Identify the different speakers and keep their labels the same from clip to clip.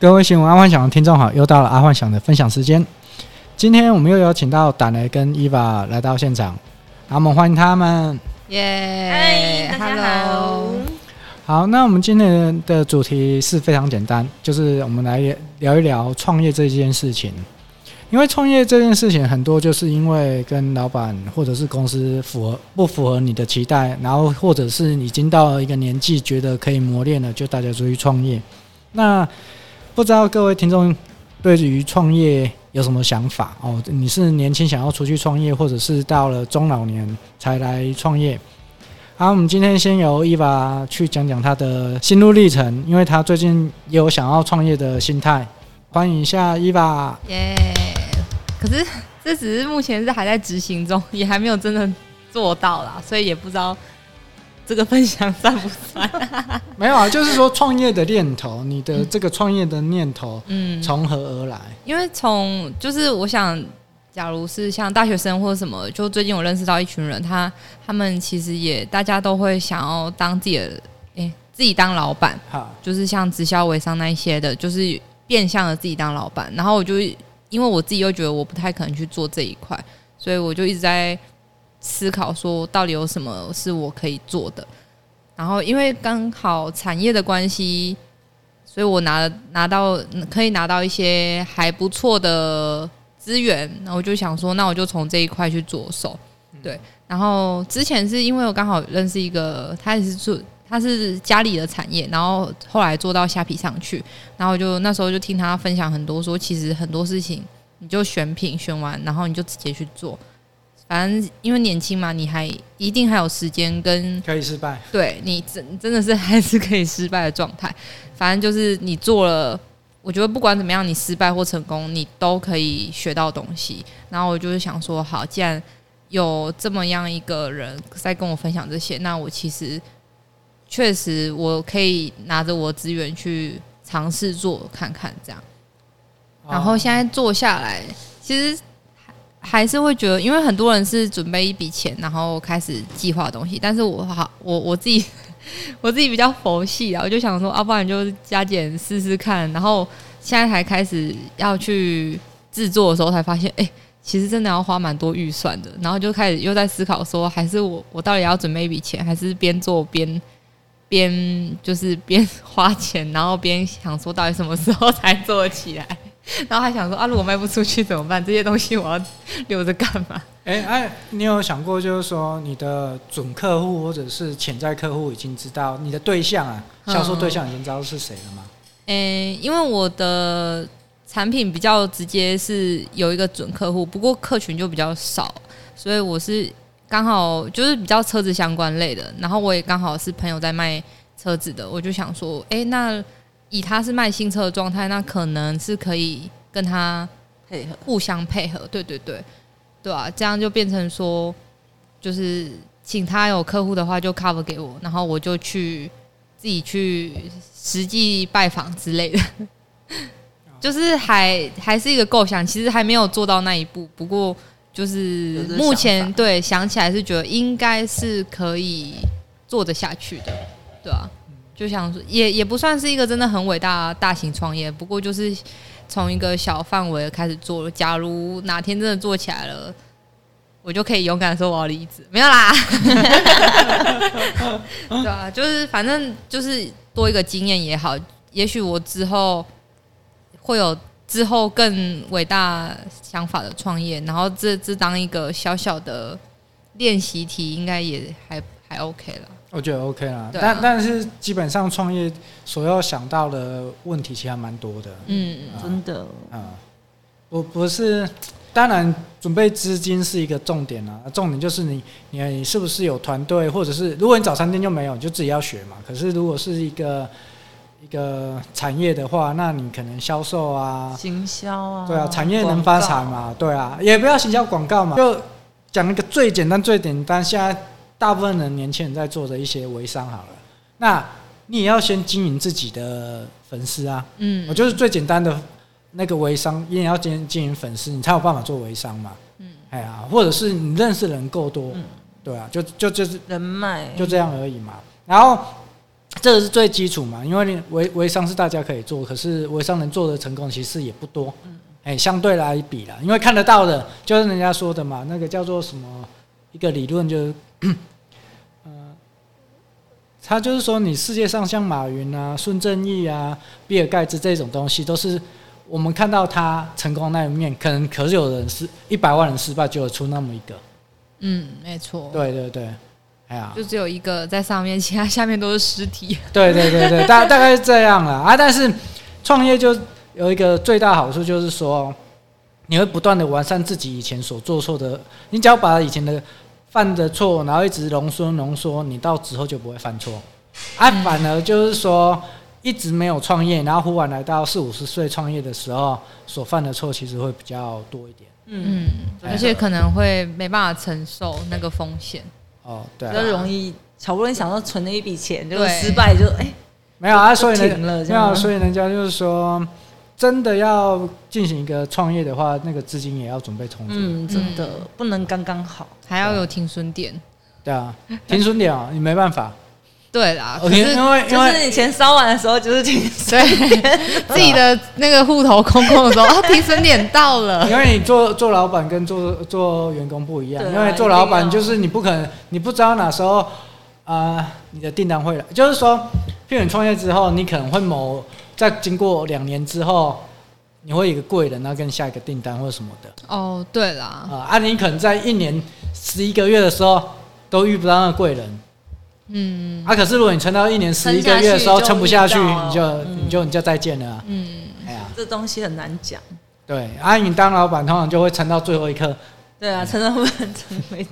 Speaker 1: 各位新闻阿幻想的听众好，又到了阿幻想的分享时间。今天我们又有请到胆雷跟伊娃来到现场，啊，我们欢迎他们。
Speaker 2: 耶
Speaker 3: 嗨，大家好。
Speaker 1: 好，那我们今天的主题是非常简单，就是我们来聊一聊创业这件事情。因为创业这件事情，很多就是因为跟老板或者是公司符合不符合你的期待，然后或者是已经到了一个年纪，觉得可以磨练了，就大家出去创业。那不知道各位听众对于创业有什么想法哦？你是年轻想要出去创业，或者是到了中老年才来创业？好，我们今天先由伊娃去讲讲她的心路历程，因为她最近也有想要创业的心态。欢迎一下伊娃。
Speaker 3: 耶、可是这只是目前是还在执行中， 也还没有真的做到啦，所以也不知道这个分享算不算。
Speaker 1: 没有啊，就是说创业的念头，你的这个创业的念头
Speaker 3: 嗯，
Speaker 1: 从何而来？
Speaker 3: 因为从就是我想，假如是像大学生或者什么，就最近我认识到一群人，他他们其实也大家都会想要当自己的，诶、自己当老板，
Speaker 1: 哈，
Speaker 3: 就是像直销、微商那一些的，就是变相的自己当老板。然后我就因为我自己又觉得我不太可能去做这一块，所以我就一直在思考说，到底有什么是我可以做的。然后因为刚好产业的关系，所以我拿拿到可以拿到一些还不错的资源，然后我就想说，那我就从这一块去着手。对，然后之前是因为我刚好认识一个，他也是做他是家里的产业，然后后来做到虾皮上去，然后就那时候就听他分享很多说，其实很多事情你就选品选完，然后你就直接去做，反正因为年轻嘛，你还一定还有时间跟
Speaker 1: 可以失败。
Speaker 3: 对你真真的是还是可以失败的状态。反正就是你做了，我觉得不管怎么样，你失败或成功，你都可以学到东西。然后我就是想说，好，既然有这么样一个人在跟我分享这些，那我其实确实我可以拿着我资源去尝试做看看这样。
Speaker 1: 哦
Speaker 3: 然后现在做下来，其实还还是会觉得，因为很多人是准备一笔钱，然后开始计划东西。但是我好，我我自己 我自己比较佛系啊，我就想说，啊，不然就加减试试看。然后现在才开始要去制作的时候，才发现，哎、其实真的要花蛮多预算的。然后就开始又在思考说，还是我我到底要准备一笔钱，还是边做边。边就是边花钱，然后边想说到底什么时候才做起来。然后还想说啊，如果卖不出去怎么办？这些东西我要留着干嘛？
Speaker 1: 哎哎、你有想过，就是说你的准客户或者是潜在客户已经知道你的对象啊，
Speaker 3: 嗯
Speaker 1: 销售对象已经知道是谁了吗？
Speaker 3: 嗯，因为我的产品比较直接是有一个准客户，不过客群就比较少，所以我是刚好就是比较车子相关类的，然后我也刚好是朋友在卖车子的，我就想说，哎、那以他是卖新车的状态，那可能是可以跟他
Speaker 2: 配合
Speaker 3: 互相配合，对对对，对啊，这样就变成说，就是请他有客户的话就 cover 给我，然后我就去自己去实际拜访之类的， 就是还还是一个构想，其实还没有做到那一步，不过就是
Speaker 2: 有这个
Speaker 3: 目
Speaker 2: 想
Speaker 3: 前
Speaker 2: 法
Speaker 3: 对想起来是觉得应该是可以做得下去的，对啊。就想说，也也不算是一个真的很伟大的大型创业，不过就是从一个小范围开始做。假如哪天真的做起来了，我就可以勇敢地说我要离职，没有啦， 对啊，就是反正就是多一个经验也好，也许我之后会有之后更伟大想法的创业，然后这这当一个小小的练习题，应该也还还 OK 了。
Speaker 1: 我觉得 OK 啦，
Speaker 3: 对啊
Speaker 1: 但但是基本上创业所要想到的问题其实还蛮多的，
Speaker 3: 嗯，
Speaker 2: 真的，
Speaker 1: 嗯，不不是，当然准备资金是一个重点啦，重点就是你你你是不是有团队，或者是如果你早餐店就没有，你就自己要学嘛。可是如果是一个一个产业的话，那你可能销售啊，
Speaker 2: 行销啊，
Speaker 1: 对啊，产业能发财嘛，对啊，也不要行销广告嘛，就讲一个最简单最简单，现在大部分人年轻人在做的一些微商好了，那你也要先经营自己的粉丝啊，
Speaker 3: 嗯
Speaker 1: 我就是最简单的那个微商，你也要经经营粉丝，你才有办法做微商嘛。嗯，哎呀，或者是你认识人够多，
Speaker 2: 嗯
Speaker 1: 对啊，就就就是
Speaker 2: 人脉，
Speaker 1: 就这样而已嘛。然后这个是最基础嘛，因为你微微商是大家可以做，可是微商能做的成功其实也不多。哎、相对来比啦，因为看得到的，就是人家说的嘛，那个叫做什么一个理论，就是， 呃，他就是说，你世界上像马云啊、孙正义啊、比尔盖茨这种东西，都是我们看到他成功那一面，可能可是有人是一百万人失败，就有出那么一个。
Speaker 3: 嗯，没错，
Speaker 1: 对对对，哎呀，
Speaker 3: 就只有一个在上面，其他下面都是尸体。
Speaker 1: 对对对对，大大概是这样了啊。但是创业就有一个最大好处，就是说你会不断的完善自己以前所做错的，你只要把以前的犯的错，然后一直浓缩浓缩，你到之后就不会犯错。啊，反而就是说一直没有创业，然后忽然来到四五十岁创业的时候，所犯的错其实会比较多一点。
Speaker 2: 嗯，
Speaker 3: 嗯，
Speaker 2: 真的
Speaker 3: 而且可能会没办法承受那个风险。
Speaker 1: 哦，对、
Speaker 2: 比
Speaker 1: 啊
Speaker 2: 较，容易，好不容易想到存了一笔钱，就
Speaker 3: 对
Speaker 2: 失败就哎，
Speaker 1: 没有啊，
Speaker 2: 就
Speaker 1: 所以呢
Speaker 2: 停了这
Speaker 1: 没
Speaker 2: 样
Speaker 1: 有，所以人家就是说，真的要进行一个创业的话，那个资金也要准备充足。
Speaker 2: 嗯，真的不能刚刚好。
Speaker 3: 还要
Speaker 1: 啊
Speaker 3: 有停损点。
Speaker 1: 对啊，停损点啊，你没办法，
Speaker 3: 对啦，
Speaker 2: 啊
Speaker 1: 因
Speaker 3: 可
Speaker 1: 为
Speaker 3: 是
Speaker 1: 因为因
Speaker 2: 就
Speaker 1: 为
Speaker 2: 是你钱烧完的时候，就是停 损。
Speaker 3: 对自己的那个户头空空的时候， 啊，停损点到了。
Speaker 1: 因为你做做老板跟做做员工不一样，
Speaker 2: 对
Speaker 1: 因
Speaker 2: 啊
Speaker 1: 为做老
Speaker 2: 一
Speaker 1: 板
Speaker 2: 定要
Speaker 1: 就是你不可能，你不知道哪时候啊、呃你的订单会来，就是说，譬如你创业之后，你可能会某在经过两年之后，你会有一个贵人，然后跟你下一个订单或什么的
Speaker 3: 哦，对啦，
Speaker 1: 啊、啊，你可能在一年十一个月的时候都遇不到那个贵人。
Speaker 3: 嗯
Speaker 1: 啊！可是如果你撑到一年十一个月的时候撑不下去，你就你就你就再见了啊、
Speaker 3: 嗯，
Speaker 1: 哎呀，
Speaker 2: 这东西很难讲。
Speaker 1: 对，啊，你当老板通常就会撑到最后一刻，
Speaker 2: 对
Speaker 1: 嗯
Speaker 2: 啊，成人不能成为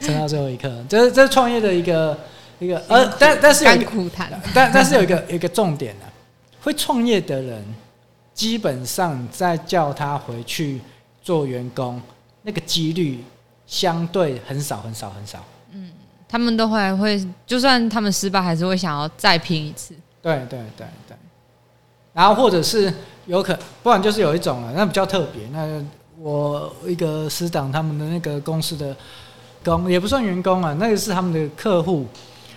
Speaker 1: 撑到最后一刻，这是这是创业的一个一个呃，但但是有一
Speaker 3: 甘
Speaker 1: 个
Speaker 3: 苦谈。
Speaker 1: 但但是有一个有一个重点呢、啊会创业的人基本上再叫他回去做员工，那个几率相对很少很少很少。
Speaker 3: 他们都会会，就算他们失败，还是会想要再拼一次。
Speaker 1: 对对对对，然后或者是有可，不然就是有一种啊，那比较特别。那我一个师长他们的那个公司的工也不算员工啊，那个是他们的客户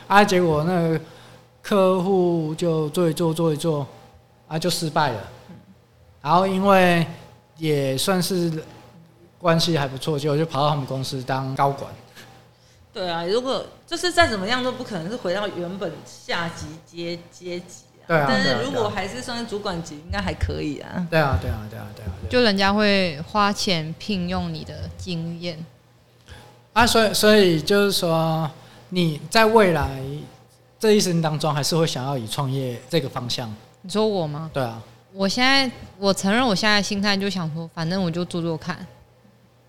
Speaker 1: 啊，结果那个客户就做一做做一做啊，就失败了。然后因为也算是关系还不错，结果就跑到他们公司当高管。
Speaker 2: 对啊，如果就是再怎么样都不可能是回到原本下级阶阶级啊。
Speaker 1: 对啊
Speaker 2: 但
Speaker 1: 对啊
Speaker 2: 是如
Speaker 1: 对
Speaker 2: 果
Speaker 1: 啊
Speaker 2: 还是算是主管级，应该还可以啊。
Speaker 1: 对啊，对啊，对啊，对啊。对啊
Speaker 3: 就人家会花钱聘用你的经验，
Speaker 1: 啊，所以所以就是说，你在未来这一生当中，还是会想要以创业这个方向，
Speaker 3: 你说我吗？
Speaker 1: 对啊，
Speaker 3: 我现在我承认，我现在的心态就想说，反正我就做做看。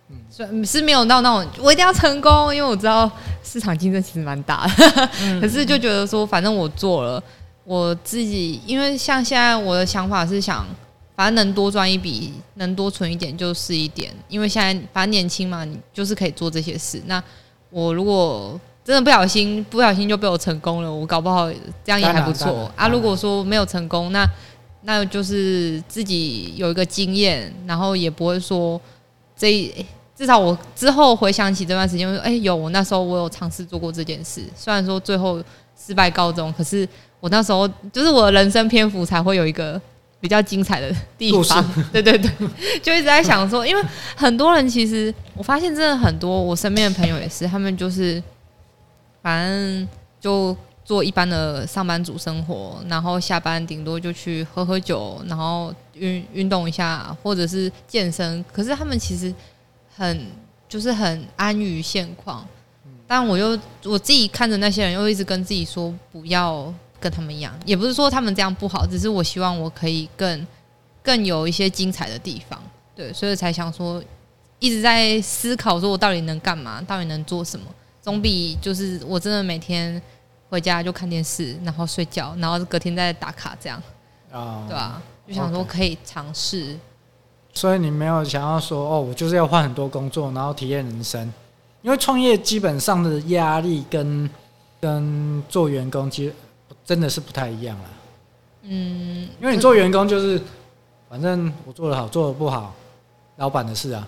Speaker 1: 嗯
Speaker 3: 嗯，是没有到那种我一定要成功，因为我知道市场竞争其实蛮大的，可是就觉得说，反正我做了，我自己因为像现在我的想法是想，反正能多赚一笔，能多存一点就是一点，因为现在反正年轻嘛，你就是可以做这些事。那我如果真的不小心，不小心就被我成功了，我搞不好这样也还
Speaker 1: 当
Speaker 3: 不
Speaker 1: 然当然当
Speaker 3: 错啊。
Speaker 1: 然
Speaker 3: 如果说没有成功，那那就是自己有一个经验，然后也不会说这一至少我之后回想起这段时间，我说哎、有我那时候我有尝试做过这件事，虽然说最后失败告终，可是我那时候就是我的人生篇幅才会有一个比较精彩的地
Speaker 1: 故事
Speaker 3: 方。 对对对，就一直在想说，因为很多人其实我发现真的很多，我身边的朋友也是，他们就是反正就做一般的上班族生活，然后下班顶多就去喝喝酒，然后运运动一下，或者是健身。可是他们其实很就是很安于现况。但我又我自己看着那些人，又一直跟自己说不要跟他们一样，也不是说他们这样不好，只是我希望我可以更更有一些精彩的地方。对，所以才想说一直在思考，说我到底能干嘛，到底能做什么，总比就是我真的每天回家就看电视，然后睡觉，然后隔天再打卡这样，
Speaker 1: 啊、
Speaker 3: 对吧、就想说可以尝试，
Speaker 1: 所以你没有想要说哦，我就是要换很多工作，然后体验人生，因为创业基本上的压力跟跟做员工其实真的是不太一样啦。嗯，因为你做员工就是，反正我做的好，做的不好，老板的事啊。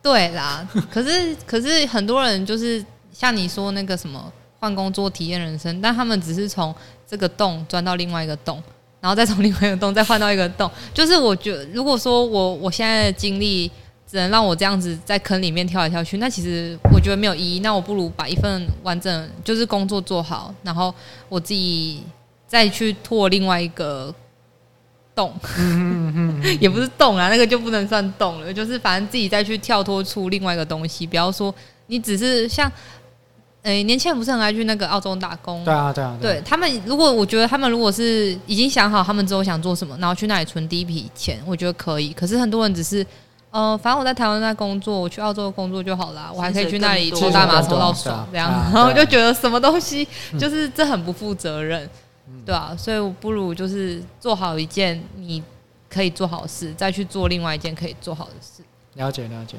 Speaker 3: 对啦，可是可是很多人就是像你说那个什么换工作、体验人生，但他们只是从这个洞钻到另外一个洞，然后再从另外一个洞再换到一个洞。就是我觉得，如果说我我现在的经历只能让我这样子在坑里面跳来跳去，那其实我觉得没有意义。那我不如把一份完整就是工作做好，然后我自己再去拓另外一个洞。也不是洞啊，那个就不能算洞了，就是反正自己再去跳脱出另外一个东西，不要说你只是像，诶、年轻人不是很爱去那个澳洲打工，
Speaker 1: 对啊，对啊，
Speaker 3: 对他们，如果我觉得他们如果是已经想好他们之后想做什么，然后去那里存第一笔钱，我觉得可以。可是很多人只是，呃，反正我在台湾在工作，我去澳洲工作就好啦，我还可以去那里
Speaker 2: 薪
Speaker 3: 抽
Speaker 2: 水更多
Speaker 3: 大麻抽到爽
Speaker 1: 啊
Speaker 3: 这样
Speaker 1: 啊，
Speaker 3: 然后
Speaker 1: 对
Speaker 3: 就
Speaker 1: 啊
Speaker 3: 觉得什么东西就是这很不负责任，对啊，所以我不如就是做好一件你可以做好的事，再去做另外一件可以做好的事，
Speaker 1: 了解了解。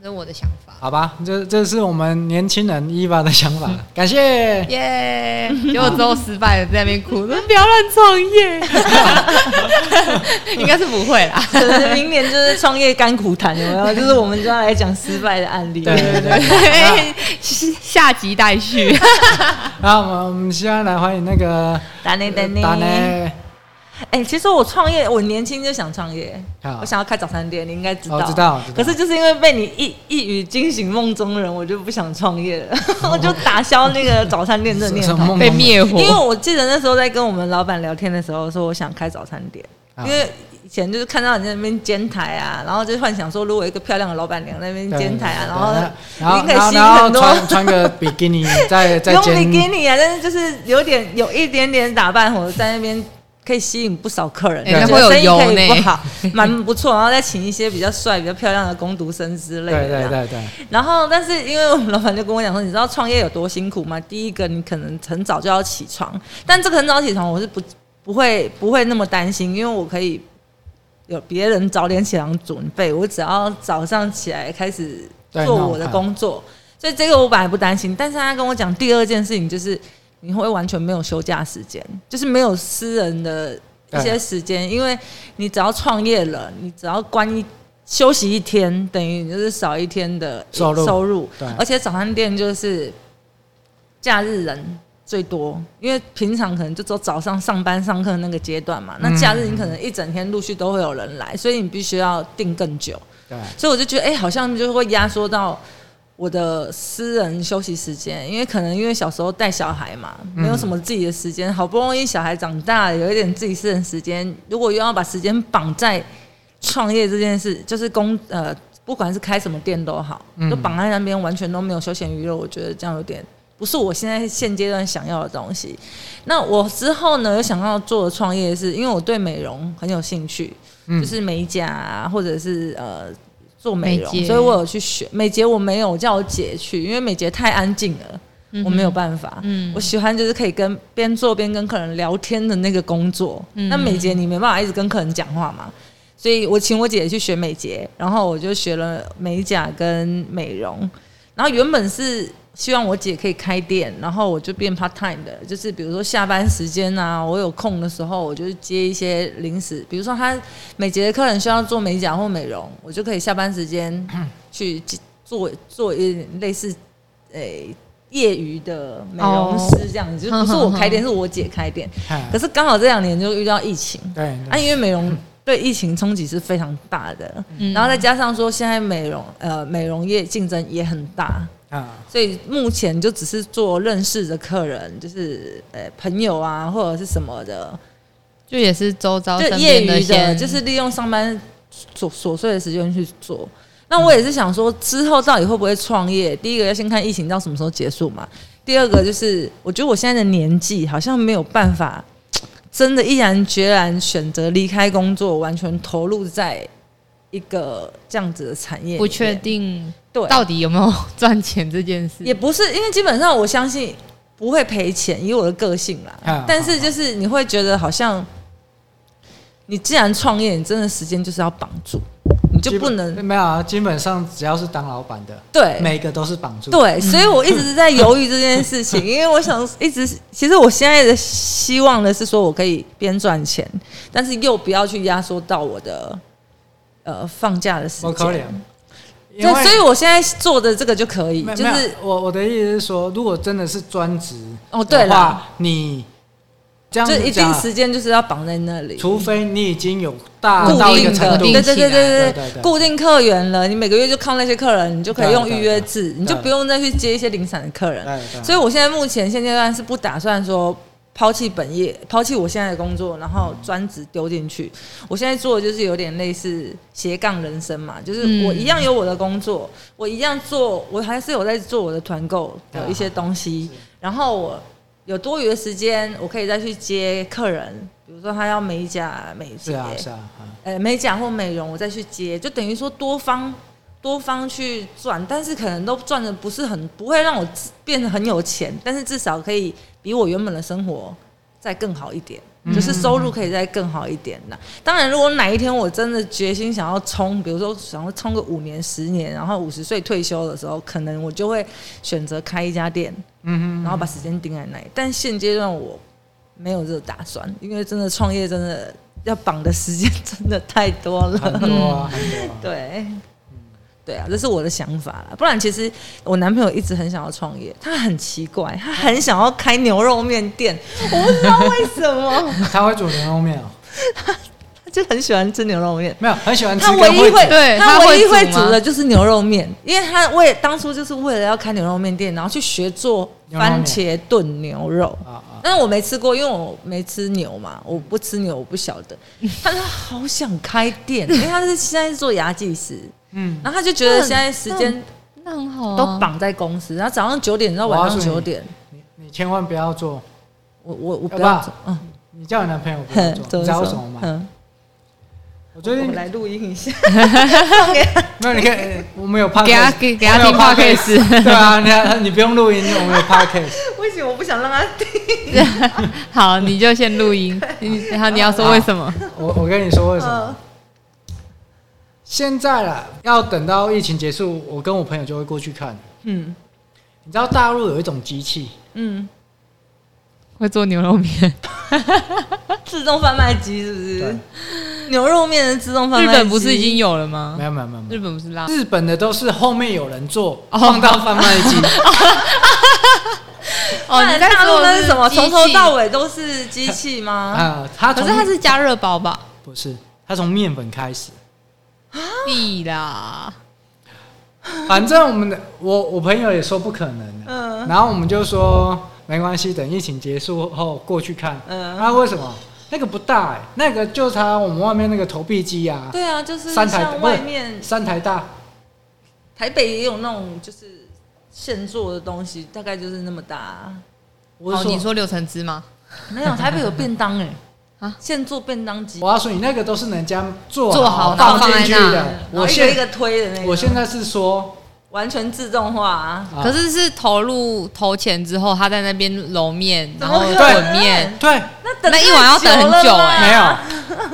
Speaker 3: 这是我的想法。
Speaker 1: 好吧，这这是我们年轻人伊娃的想 法，感谢。
Speaker 3: 耶！结果之后失败了，在那边哭，说不要乱创 业，应该是不会啦。
Speaker 2: 可能 明年就是创业甘苦谈，有 没有？就是我们就要来讲失败的案例。
Speaker 1: 对对对，
Speaker 3: 哎下集待续。
Speaker 1: 然后我们我们现在来欢迎那个
Speaker 2: 打内打内
Speaker 1: 达内，
Speaker 2: 哎、其实我创业，我年轻就想创业
Speaker 1: 好，
Speaker 2: 我想要开早餐店，你应该知道。
Speaker 1: 我知道知道
Speaker 2: 可是就是因为被你一一语惊醒梦中人，我就不想创业 了， 我就打消那个早餐店这个念
Speaker 1: 哦什
Speaker 2: 头
Speaker 1: 么。梦
Speaker 3: 被灭火
Speaker 2: 因为我记得那时候在跟我们老板聊天的时候，说我想开早餐店，
Speaker 1: 啊
Speaker 2: 因为以前就是看到你在那边煎台啊，然后就幻想说，如果有一个漂亮的老板娘在那边
Speaker 1: 对
Speaker 2: 煎台啊，
Speaker 1: 对
Speaker 2: 然后
Speaker 1: 然
Speaker 2: 一
Speaker 1: 后
Speaker 2: 定可
Speaker 1: 然
Speaker 2: 以
Speaker 1: 后
Speaker 2: 吸引
Speaker 1: 然后
Speaker 2: 很多。
Speaker 1: 穿穿个比基 尼在在
Speaker 2: 用比
Speaker 1: 煎，
Speaker 2: 基尼啊，但是就是有点有一点点打扮，我在那边可以吸引不少客人，
Speaker 3: 哎
Speaker 2: 就
Speaker 3: 那
Speaker 2: 觉
Speaker 3: 会
Speaker 2: 得
Speaker 3: 有
Speaker 2: 生意
Speaker 3: 油
Speaker 2: 可以
Speaker 3: 呢
Speaker 2: 不好，蛮不错。然后再请一些比较帅、比较漂亮的工读生之类
Speaker 1: 对
Speaker 2: 的这样。
Speaker 1: 对对对，
Speaker 2: 然后，但是因为我们老板就跟我讲说，你知道创业有多辛苦吗？第一个，你可能很早就要起床，但这个很早起床，我是不不会不会那么担心，因为我可以有别人早点起床准备，我只要早上起来开始
Speaker 1: 对
Speaker 2: 做我的
Speaker 1: 弄好
Speaker 2: 工作，所以这个我本来不担心。但是他跟我讲第二件事情就是，你会完全没有休假时间，就是没有私人的一些
Speaker 1: 对
Speaker 2: 时间，因为你只要创业了，你只要关一休息一天，等于你就是少一天的
Speaker 1: 收入
Speaker 2: 收入
Speaker 1: 对
Speaker 2: 而且早餐店就是假日人最多，因为平常可能就走早上上班上课那个阶段嘛，
Speaker 1: 嗯
Speaker 2: 那假日你可能一整天陆续都会有人来，所以你必须要定更久。
Speaker 1: 对
Speaker 2: 所以我就觉得，哎、好像就会压缩到我的私人休息时间，因为可能因为小时候带小孩嘛，没有什么自己的时间，好不容易小孩长大，有一点自己私人时间，如果又要把时间绑在创业这件事，就是工呃，不管是开什么店都好，就绑在那边，完全都没有休闲娱乐，我觉得这样有点。不是我现在现阶段想要的东西。那我之后呢，有想要做的创业是，因为我对美容很有兴趣，
Speaker 3: 嗯
Speaker 2: 就是美甲、啊、或者是呃做美容
Speaker 3: 美睫
Speaker 2: 所以我有去学美睫，我没有，我叫我姐去，因为美睫太安静了，我没有办法。
Speaker 3: 嗯
Speaker 2: 我喜欢就是可以跟边做边跟客人聊天的那个工作。
Speaker 3: 嗯
Speaker 2: 那美睫你没办法一直跟客人讲话嘛，所以我请我姐姐去学美睫，然后我就学了美甲跟美容。然后原本是希望我姐可以开店，然后我就变 part time 的，就是比如说下班时间啊，我有空的时候，我就接一些临时，比如说她美睫的客人需要做美甲或美容，我就可以下班时间去做做一点类似诶、业余的美容师这样子，就不是我开店，是我姐开店。
Speaker 1: 嗨
Speaker 2: 可是刚好这两年就遇到疫情，
Speaker 1: 对
Speaker 2: 啊，因为美容对疫情冲击是非常大的，
Speaker 3: 嗯
Speaker 2: 然后再加上说现在美容呃美容业竞争也很大，
Speaker 1: 啊，
Speaker 2: 所以目前就只是做认识的客人，就是呃朋友啊或者是什么的，
Speaker 3: 就也是周遭
Speaker 2: 就
Speaker 3: 身
Speaker 2: 业
Speaker 3: 边
Speaker 2: 余的，
Speaker 3: 先，
Speaker 2: 就是利用上班琐琐碎的时间去做。那
Speaker 3: 嗯
Speaker 2: 我也是想说，之后到底会不会创业？第一个要先看疫情到什么时候结束嘛。第二个就是，我觉得我现在的年纪好像没有办法，真的毅然决然选择离开工作，完全投入在一个这样子的产业里面。
Speaker 3: 不确定
Speaker 2: 对，
Speaker 3: 到底有没有赚钱这件事。
Speaker 2: 也不是，因为基本上我相信不会赔钱，以我的个性啦。
Speaker 1: 啊
Speaker 2: 但是就是你会觉得好像，你既然创业，你真的时间就是要绑住，你就
Speaker 1: 基
Speaker 2: 不
Speaker 1: 本
Speaker 2: 能
Speaker 1: 没有啊，基本上只要是当老板的，
Speaker 2: 对
Speaker 1: 每个都是绑住，
Speaker 2: 对，所以我一直在犹豫这件 事情，因为我想一直，其实我现在的希望的是说我可以边赚钱，但是又不要去压缩到我的呃放假的时
Speaker 1: 我可
Speaker 2: 间
Speaker 1: 怜。因
Speaker 2: 对，
Speaker 1: 为
Speaker 2: 所以我现在做的这个就可以
Speaker 1: 没，
Speaker 2: 就
Speaker 1: 没有
Speaker 2: 是
Speaker 1: 我我的意思是说，如果真的是专职
Speaker 2: 哦，对
Speaker 1: 的
Speaker 2: 了，
Speaker 1: 话，你这样
Speaker 2: 就
Speaker 1: 子啊
Speaker 2: 一定
Speaker 1: 讲，
Speaker 2: 时间就是要绑在那里，
Speaker 1: 除非你已经有大
Speaker 2: 固
Speaker 1: 到一个
Speaker 2: 定
Speaker 1: 程
Speaker 2: 的，
Speaker 1: 度
Speaker 2: 对，
Speaker 3: 定
Speaker 2: 对
Speaker 3: 起
Speaker 2: 对
Speaker 3: 来
Speaker 2: 对对
Speaker 1: 对对对
Speaker 2: 固定客源了，你每个月就靠那些客人，你就可以用预约制，你就
Speaker 1: 对
Speaker 2: 不用再去接一些零散的客人。
Speaker 1: 对对
Speaker 2: 所以我现在目前现阶段是不打算说抛弃本业，抛弃我现在的工作，然后专职丢进去。我现在做的就是有点类似斜杠人生嘛，就是
Speaker 3: 嗯
Speaker 2: 我一样有我的工作，
Speaker 1: 嗯
Speaker 2: 我一样做，我还是有在做我的团购的一些东西，
Speaker 1: 嗯
Speaker 2: 然后我有多余的时间，我可以再去接客人。比如说他要美甲、美睫，
Speaker 1: 是啊是啊，啊
Speaker 2: 呃美甲或美容，我再去接，就等于说多方多方去赚，但是可能都赚的不是很，不会让我自变得很有钱，但是至少可以比我原本的生活再更好一点，
Speaker 1: 嗯
Speaker 2: 就是收入可以再更好一点啦。当然，如果哪一天我真的决心想要冲，比如说想要冲个五年、十年，然后五十岁退休的时候，可能我就会选择开一家店，
Speaker 1: 嗯
Speaker 2: 然后把时间定在那里。但现阶段我没有这个打算，因为真的创业真的要绑的时间真的太多
Speaker 1: 哼，很
Speaker 2: 了。
Speaker 1: 多啊很多啊。
Speaker 2: 对，对啊，这是我的想法啦。不然其实我男朋友一直很想要创业，他很奇怪，他很想要开牛肉面店，我不知道为什么，
Speaker 1: 他会煮牛肉面哦，
Speaker 2: 他就很喜欢吃牛肉面。
Speaker 1: 没有很喜欢吃
Speaker 2: 他
Speaker 1: 跟
Speaker 2: 唯一
Speaker 1: 会
Speaker 2: 会，
Speaker 1: 煮
Speaker 3: 对
Speaker 2: 他
Speaker 3: 他
Speaker 2: 唯一
Speaker 3: 会
Speaker 2: 会
Speaker 3: 煮
Speaker 2: 煮
Speaker 3: 吗
Speaker 2: 的就是牛肉面，因为他为当初就是为了要开牛肉面店，然后去学做
Speaker 1: 牛肉面
Speaker 2: 番茄炖牛肉。
Speaker 1: 啊啊，
Speaker 2: 但是我没吃过，因为我没吃牛嘛，我不吃牛，我不晓 得。但是他好想开店，因为他是现在是做牙技师，
Speaker 1: 嗯，
Speaker 2: 然后他就觉得现在时间
Speaker 3: 那很好、啊，
Speaker 2: 都绑在公司，然后早上九点到晚上九点，
Speaker 1: 你你千万不要做，
Speaker 2: 我我我不
Speaker 1: 要
Speaker 2: 要
Speaker 1: 不
Speaker 2: 做，嗯，
Speaker 1: 你叫你男朋友不要
Speaker 2: 哼
Speaker 1: 做，你知道为什么吗？
Speaker 2: 嗯，
Speaker 1: 我最近
Speaker 2: 我来录音一下，
Speaker 1: 没有，你看我们有 podcast，
Speaker 3: 给他给给他
Speaker 1: 我们有
Speaker 3: 听 podcast
Speaker 1: 对啊，你看你不用录音，我 们有 podcast，
Speaker 2: 为什么我不想让他听？
Speaker 3: 好，你就先录 音，你然后你要说为什么？
Speaker 1: 我我跟你说为什么？
Speaker 2: 嗯
Speaker 1: 现在啦，要等到疫情结束，我跟我朋友就会过去看。
Speaker 2: 嗯
Speaker 1: 你知道大陆有一种机器，
Speaker 2: 嗯，
Speaker 3: 会做牛肉面，
Speaker 2: 自动贩卖机是不
Speaker 1: 对
Speaker 2: 是？牛肉面的自动贩
Speaker 3: 日
Speaker 2: 卖机，
Speaker 3: 本不是已经有了吗
Speaker 1: 没？有没有没有没
Speaker 3: 日
Speaker 1: 有，
Speaker 3: 本不是拉，
Speaker 1: 日本的都是后面有人做，
Speaker 3: 哦
Speaker 1: 放到贩卖 机，
Speaker 3: 哦，你在
Speaker 2: 大陆
Speaker 3: 说
Speaker 2: 那
Speaker 3: 的
Speaker 2: 是什么？
Speaker 3: 机器
Speaker 2: 从头到尾都是机器吗？
Speaker 1: 啊，它
Speaker 3: 哦可
Speaker 1: 从
Speaker 3: 是它是加热包吧？
Speaker 1: 不是它从面粉开始？
Speaker 3: 必啦，
Speaker 1: 反正我们的我我朋友也说不可能的，
Speaker 2: 嗯
Speaker 1: 然后我们就说没关系，等疫情结束后过去看。
Speaker 2: 嗯
Speaker 1: 啊，为什么？那个不大哎、那个就差我们外面那个投币机啊，
Speaker 2: 对啊，就是
Speaker 1: 三台
Speaker 2: 像外面
Speaker 1: 三台大，
Speaker 2: 台北也有那种就是现做的东西，大概就是那么大、
Speaker 1: 我
Speaker 3: 哦，
Speaker 1: 是
Speaker 3: 你说柳橙汁吗？
Speaker 2: 没有，台北有便当哎、
Speaker 3: 啊
Speaker 2: 啊，现做便当机，
Speaker 1: 我要说你那个都是人家做
Speaker 3: 做好然后
Speaker 1: 放
Speaker 3: 放
Speaker 1: 进
Speaker 3: 在
Speaker 1: 去
Speaker 3: 那
Speaker 1: 的。
Speaker 2: 然后
Speaker 1: 我
Speaker 2: 一个一
Speaker 1: 现
Speaker 2: 个推的那个，
Speaker 1: 我现在是说，
Speaker 2: 完全自动化、啊，
Speaker 1: 啊
Speaker 3: 可是是投入投钱之后，他在那边揉面，然
Speaker 2: 怎么
Speaker 3: 后
Speaker 2: 可能
Speaker 3: 滚面，
Speaker 1: 对，
Speaker 2: 那等
Speaker 3: 那一碗要等很久哎
Speaker 1: 没
Speaker 2: 哎、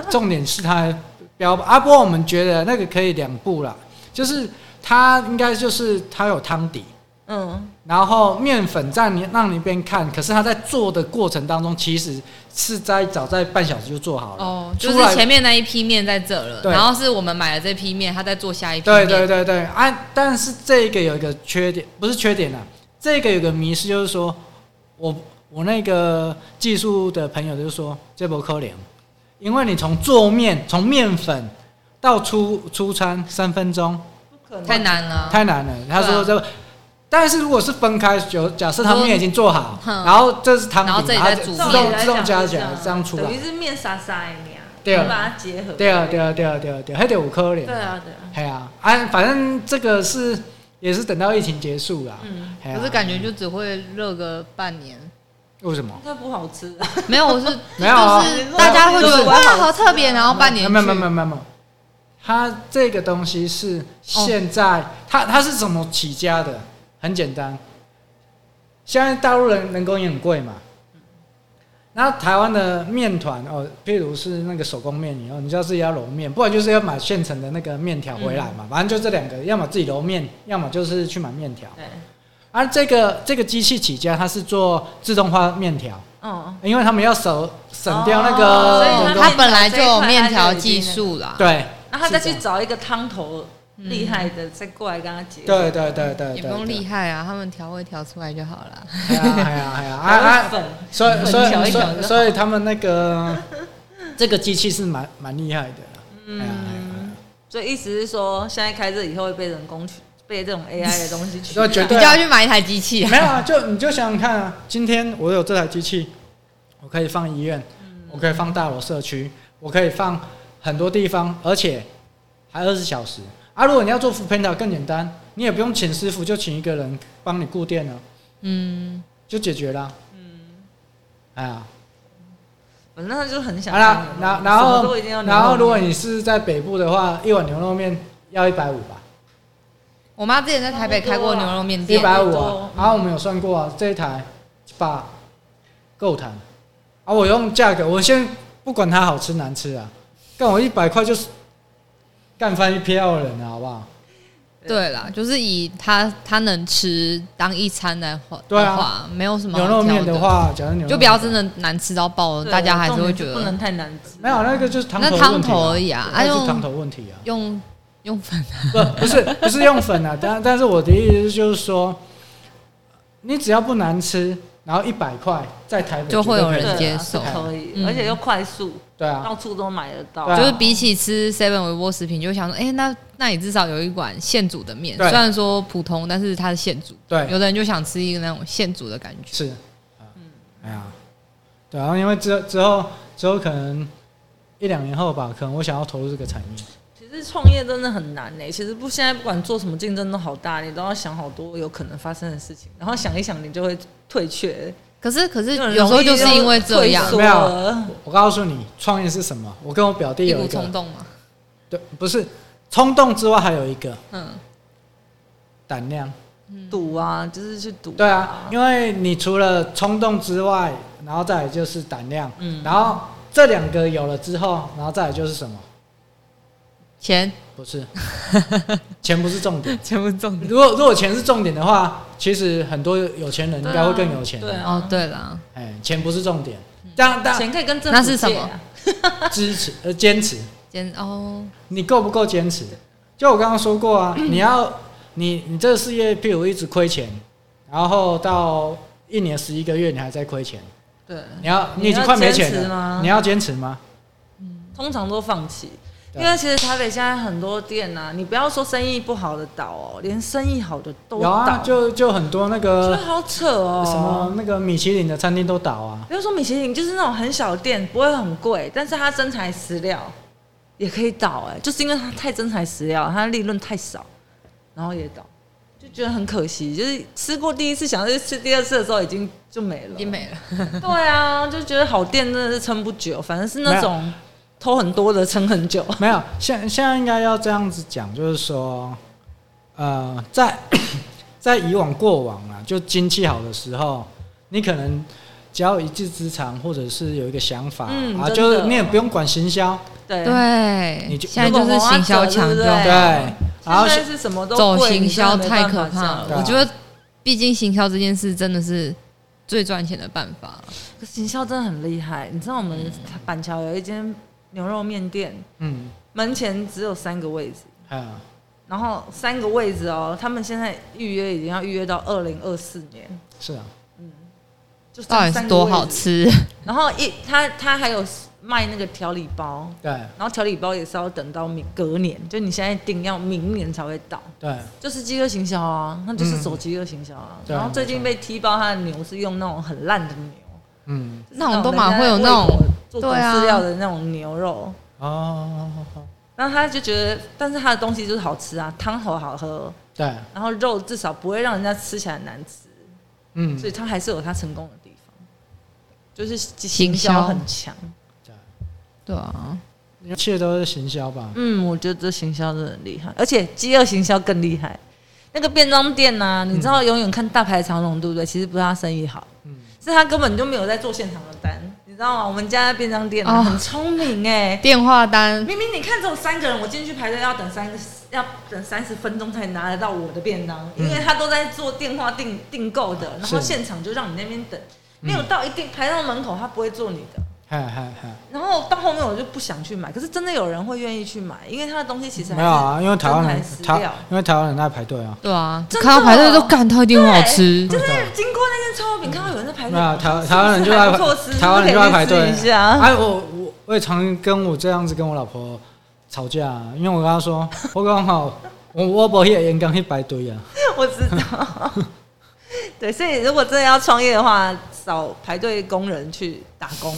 Speaker 1: 有，重点是它标啊。不过我们觉得那个可以两步啦，就是它应该就是它有汤底，
Speaker 2: 嗯，
Speaker 1: 然后面粉在你让你一边看，可是它在做的过程当中，其实是在早在半小时就做好了。
Speaker 3: 哦，就
Speaker 1: 出
Speaker 3: 是
Speaker 1: 来
Speaker 3: 前面那一批面在这了，
Speaker 1: 对
Speaker 3: 然后是我们买了这批面，他在做下一批
Speaker 1: 对
Speaker 3: 面。
Speaker 1: 对对对，啊，但是这个有一个缺点，不是缺点啊，这个有个迷失，就是说我我那个技术的朋友就说这不可怜，因为你从做面从面粉到出出餐三分钟
Speaker 2: 不可能
Speaker 3: 太，难了。
Speaker 1: 太难了，他说
Speaker 3: 啊
Speaker 1: 这。但是如果是分开，就假设他
Speaker 3: 说
Speaker 1: 面已经做好，
Speaker 3: 嗯哼
Speaker 1: 然后这是汤
Speaker 3: 然后
Speaker 1: 底，
Speaker 3: 这里
Speaker 1: 然后
Speaker 3: 再
Speaker 1: 自
Speaker 3: 煮啊
Speaker 2: 照理
Speaker 1: 动
Speaker 2: 来
Speaker 1: 自
Speaker 2: 讲
Speaker 1: 动加
Speaker 2: 是
Speaker 1: 起来，这样出来
Speaker 2: 等。于是面沙沙的那样，
Speaker 1: 对啊
Speaker 2: 你把它结合，
Speaker 1: 对啊，对啊，对啊，对啊，对啊，还得有颗粒。
Speaker 2: 对啊，对啊，
Speaker 1: 哎呀，啊，反正这个是也是等到疫情结束啦。
Speaker 2: 嗯，
Speaker 1: 哎呀
Speaker 3: 可是感觉就只会热个半年，
Speaker 1: 为什么？
Speaker 2: 那不好吃、
Speaker 3: 没有，我是
Speaker 1: 没有啊
Speaker 3: 就是大家会觉
Speaker 2: 就
Speaker 3: 得
Speaker 2: 是
Speaker 3: 哇好特别，然后半
Speaker 1: 没
Speaker 3: 年
Speaker 1: 有没有没有没
Speaker 3: 有，
Speaker 1: 有没有没有，它这个东西
Speaker 3: 哦
Speaker 1: 是现在、它它是怎么起家的？很简单，现在大陆人人工也很贵嘛。然后台湾的面团哦，譬如是那个手工面，你哦，你知道自己要揉面，不然就是要买现成的那个面条回来
Speaker 3: 嗯
Speaker 1: 嘛。反正就这两个，要么自己揉面，要么就是去买面条。
Speaker 2: 对，
Speaker 1: 而、啊这个这个机器起家，它是做自动化面条，
Speaker 2: 嗯，
Speaker 1: 因为他们要省省掉那
Speaker 2: 哦
Speaker 1: 个
Speaker 2: 所以
Speaker 1: 人
Speaker 2: 它啊
Speaker 1: 工
Speaker 3: 他本来就有面条技术啦，
Speaker 1: 对，
Speaker 2: 然后他再
Speaker 1: 是这
Speaker 2: 去
Speaker 1: 样
Speaker 2: 找一个汤头厉害的再过来跟他结合。
Speaker 1: 对对对对，
Speaker 3: 也不用
Speaker 1: 力。
Speaker 3: 厉害啊，他们调味调出来就好了。
Speaker 1: 哎呀哎呀哎呀啊
Speaker 2: 还 有
Speaker 1: 啊！
Speaker 2: 粉，
Speaker 1: 所以所
Speaker 3: 调一
Speaker 1: 以所
Speaker 3: 调就
Speaker 1: 以
Speaker 3: 好
Speaker 1: 所以他们那个这个机器是蛮蛮厉害的啦。
Speaker 3: 嗯
Speaker 1: 哎呀哎呀哎呀
Speaker 2: 所以意思是说，现在开这以后会被人工取，被这种 AI 的东西取
Speaker 1: 那绝
Speaker 2: 代。
Speaker 1: 对
Speaker 3: 你就要去买一台机 器啊，
Speaker 1: 没有啊，就你就想想看啊，今天我有这台机器，我可以放医院，
Speaker 2: 嗯
Speaker 1: 我可以放大楼社区，我可以放很多地方，而且还二十小时。啊，如果你要做 f o o p a n d a 更简单，你也不用请师傅，就请一个人帮你固定了，
Speaker 3: 嗯，
Speaker 1: 就解决了。
Speaker 2: 嗯
Speaker 1: 哎呀，
Speaker 2: 反正他就很想
Speaker 1: 好了，然然
Speaker 2: 什么
Speaker 1: 后
Speaker 2: 都一定要啊牛肉面。
Speaker 1: 然后如果你是在北部的话，一碗牛肉面要一百五吧，
Speaker 3: 我妈之前在台北开过牛肉面
Speaker 1: 一
Speaker 3: 店，
Speaker 1: 百五
Speaker 2: 多
Speaker 1: 啊。然后我们有算过啊，这一台把够谈啊，我用价格，我先不管它好吃难吃啊，干我一百块就是干翻一票人啊了，好不好？
Speaker 3: 对啦，就是以她她能吃当一餐来话，
Speaker 1: 对啊
Speaker 3: 的话，没有什么好
Speaker 1: 牛肉面
Speaker 3: 挑
Speaker 1: 的
Speaker 3: 的，
Speaker 1: 话，假如牛肉
Speaker 3: 就不要
Speaker 1: 面
Speaker 3: 真的难吃到爆了，
Speaker 2: 对
Speaker 3: 大家还是会
Speaker 2: 重点
Speaker 3: 觉
Speaker 2: 不
Speaker 3: 得
Speaker 2: 能太难吃。
Speaker 1: 没有那个就是汤
Speaker 3: 那
Speaker 1: 头
Speaker 3: 汤
Speaker 1: 问题
Speaker 3: 头而已啊
Speaker 1: 那
Speaker 3: 啊
Speaker 1: 是
Speaker 3: 用
Speaker 1: 汤头问题啊。
Speaker 3: 用用粉
Speaker 1: 不不是不是用粉啊， 但但是我的意思就是说，你只要不难吃，然后一百块在台北
Speaker 3: 就会
Speaker 1: 绝对
Speaker 3: 有人
Speaker 1: 可以
Speaker 3: 接
Speaker 2: 对啊
Speaker 3: 受
Speaker 2: 是可以，
Speaker 3: 嗯
Speaker 2: 而且又快速，
Speaker 1: 对啊，
Speaker 2: 到处都买得到
Speaker 1: 对。啊
Speaker 3: 就是比起吃 Seven 微波食品，就会想说，哎、那那你至少有一碗现煮的面，
Speaker 1: 对
Speaker 3: 虽然说普通，但是它是现煮。
Speaker 1: 对
Speaker 3: 有的人就想吃一个那种现煮的感觉。
Speaker 1: 是，哎呀，对啊，然后因为之之后之后可能一两年后吧，可能我想要投入这个产业，
Speaker 2: 其实创业真的很难呢、欸其实不，现在不管做什么竞争都好大，你都要想好多有可能发生的事情，然后想一想，你就会退却。
Speaker 3: 可是可是有时候就是因为这样，
Speaker 1: 没有我告诉你，创业是什么？我跟我表弟
Speaker 3: 一
Speaker 1: 有
Speaker 3: 股
Speaker 1: 一个
Speaker 3: 冲，动嘛。
Speaker 1: 对，不是冲动之外还有一个
Speaker 3: 嗯，
Speaker 1: 胆量。
Speaker 2: 赌啊，就是去赌、
Speaker 1: 对啊，，因为你除了冲动之外，然后再来就是胆量，
Speaker 2: 嗯
Speaker 1: 然后这两个有了之后，然后再来就是什么？
Speaker 3: 钱
Speaker 1: 不 是，钱不是重点。
Speaker 3: 钱不重。
Speaker 1: 如果如果钱是重点的话，其实很多有钱人应该会更有钱。
Speaker 2: 对啊
Speaker 3: 哦，对了，
Speaker 1: 哎，钱不是重点，当当
Speaker 2: 嗯钱可以跟政府
Speaker 3: 那是什么
Speaker 2: 借 啊
Speaker 1: 支持呃坚持，
Speaker 3: 钱哦，
Speaker 1: 你够不够坚持？就我刚刚说过啊，你要你你这个事业，譬如一直亏钱，然后到一年十一个月你还在亏钱，
Speaker 2: 对，
Speaker 1: 你要
Speaker 2: 你
Speaker 1: 你已经
Speaker 2: 要
Speaker 1: 快没
Speaker 2: 坚
Speaker 1: 钱了
Speaker 2: 持吗，
Speaker 1: 你要坚持吗？
Speaker 2: 通常都放弃。
Speaker 1: 对啊
Speaker 2: 因为其实台北现在很多店啊，你不要说生意不好的倒哦，连生意好的都
Speaker 1: 有
Speaker 2: 倒，
Speaker 1: 啊，就就很多那
Speaker 2: 就
Speaker 1: 个
Speaker 2: 好扯哦。
Speaker 1: 什么那个米其林的餐厅都倒啊，
Speaker 2: 比如说米其林，就是那种很小的店，不会很贵，但是它真材实料也可以倒、哎，就是因为它太真材实料，它利润太少，然后也倒，就觉得很可惜。就是吃过第一次，想要去吃第二次的时候，已经就没了。
Speaker 3: 已经没了。
Speaker 2: 对啊，就觉得好店真的是撑不久，反正是那种偷很多的撑很久。
Speaker 1: 没有，现现在应该要这样子讲，就是说，呃，在 在以往过往啊，就经济好的时候，你可能只要有一技之长，或者是有一个想法、
Speaker 2: 嗯
Speaker 1: 啊，
Speaker 2: 真的
Speaker 1: 就是你也不用管行销，
Speaker 2: 对
Speaker 3: 对
Speaker 1: 你，就
Speaker 3: 现在就是行销强
Speaker 2: 如果
Speaker 3: 壮
Speaker 2: 对，
Speaker 1: 对，然后
Speaker 2: 现在是什么都
Speaker 3: 走
Speaker 2: 贵
Speaker 3: 行销太可怕
Speaker 1: 对啊
Speaker 3: 了。我觉得，毕竟行销这件事真的是最赚钱的办法了。
Speaker 2: 可行销真的很厉害。你知道我们板桥有一间牛肉面店，
Speaker 1: 嗯，
Speaker 2: 门前只有三个位置，
Speaker 1: 啊，
Speaker 2: 然后三个位置哦，他们现在预约已经要预约到二零二四年，
Speaker 1: 是啊，
Speaker 2: 就剩
Speaker 3: 到底
Speaker 2: 三
Speaker 3: 是
Speaker 2: 个
Speaker 3: 多
Speaker 2: 位
Speaker 3: 好
Speaker 2: 置。
Speaker 3: 吃？
Speaker 2: 然后一他他还有卖那个调理包，
Speaker 1: 对
Speaker 2: 然后调理包也是要等到明隔年，就你现在订要明年才会到，
Speaker 1: 对
Speaker 2: 就是饥饿行销啊，那就是
Speaker 1: 嗯
Speaker 2: 走饥饿行销啊。
Speaker 1: 对啊
Speaker 2: 然后最近被踢爆他的牛是用那种很烂的牛，
Speaker 1: 嗯，
Speaker 3: 那种都蛮会有那种
Speaker 2: 就是人家
Speaker 3: 对
Speaker 2: 在
Speaker 3: 啊
Speaker 2: 喂狗做饲料的那种牛肉，
Speaker 1: 哦，
Speaker 2: 然后他就觉得，但是他的东西就是好吃啊，汤头好喝，
Speaker 1: 对，
Speaker 2: 然后肉至少不会让人家吃起来很难吃，
Speaker 1: 嗯，
Speaker 2: 所以他还是有他成功的地方，就是
Speaker 3: 行
Speaker 2: 行
Speaker 3: 销
Speaker 2: 销很强。
Speaker 3: 对啊，
Speaker 1: 一嗯切都是行销吧，
Speaker 2: 嗯，我觉得这行销真的很厉害，而且饥饿行销更厉害。那个便当店呐、你知道永远看大排长龙，对不对？其实不是他生意好，
Speaker 1: 嗯
Speaker 2: 是他根本就没有在做现场的单，你知道吗？我们家的便当店、啊
Speaker 3: 哦
Speaker 2: 很聪明哎、
Speaker 3: 电话单
Speaker 2: 明明你看只有三个人，我进去排队要等三个，要等三十分钟才拿得到我的便当，因为他都在做电话订订购的，然后
Speaker 1: 是
Speaker 2: 嗯现场就让你那边等，没有到一定排到门口，他不会做你的。
Speaker 1: 嗨嗨嗨，
Speaker 2: 然后到后面我就不想去买，可是真的有人会愿意去买，因为他的东西其实还
Speaker 1: 没有啊，因为台湾人
Speaker 2: 材
Speaker 1: 台
Speaker 2: 料，
Speaker 1: 因为台湾人爱排队啊，
Speaker 3: 对啊，
Speaker 2: 真的
Speaker 3: 看
Speaker 2: 哦
Speaker 3: 到排队都干，它一定很好吃
Speaker 2: 就。是经过那间超饼，看到有人在排队，
Speaker 1: 没有啊台
Speaker 2: 想说
Speaker 1: 台湾人就爱
Speaker 2: 哎是不是还不错吃
Speaker 1: 台湾人就爱排队
Speaker 2: 可以去试一下。
Speaker 1: 哎，我我我也常跟我这样子跟我老婆吵架啊、因为我跟她说，我刚好我我不也沿江去排队啊，
Speaker 2: 我知道。 对，所以如果真的要创业的话，找排队工人去打 工，